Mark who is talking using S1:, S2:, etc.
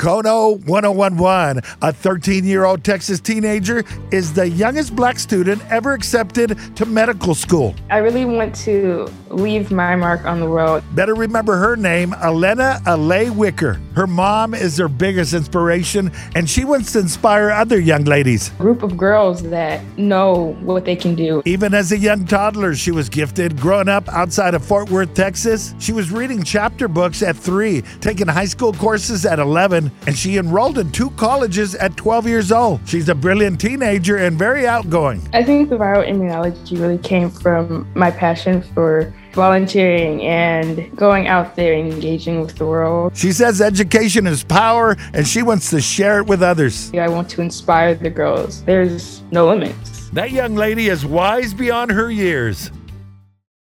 S1: Kono 1011, a 13 year old Texas teenager, is the youngest black student ever accepted to medical school.
S2: I really want to leave my mark on the world.
S1: Better remember her name, Elena Alay Wicker. Her mom is their biggest inspiration, and she wants to inspire other young ladies.
S2: Group of girls that know what they can do.
S1: Even as a young toddler, she was gifted. Growing up outside of Fort Worth, Texas, she was reading chapter books at three, taking high school courses at 11, and she enrolled in two colleges at 12 years old. She's a brilliant teenager and very outgoing.
S2: I think the viral immunology really came from my passion for volunteering and going out there and engaging with the world.
S1: She says education is power, and she wants to share it with others.
S2: I want to inspire the girls. There's no limits.
S1: That young lady is wise beyond her years.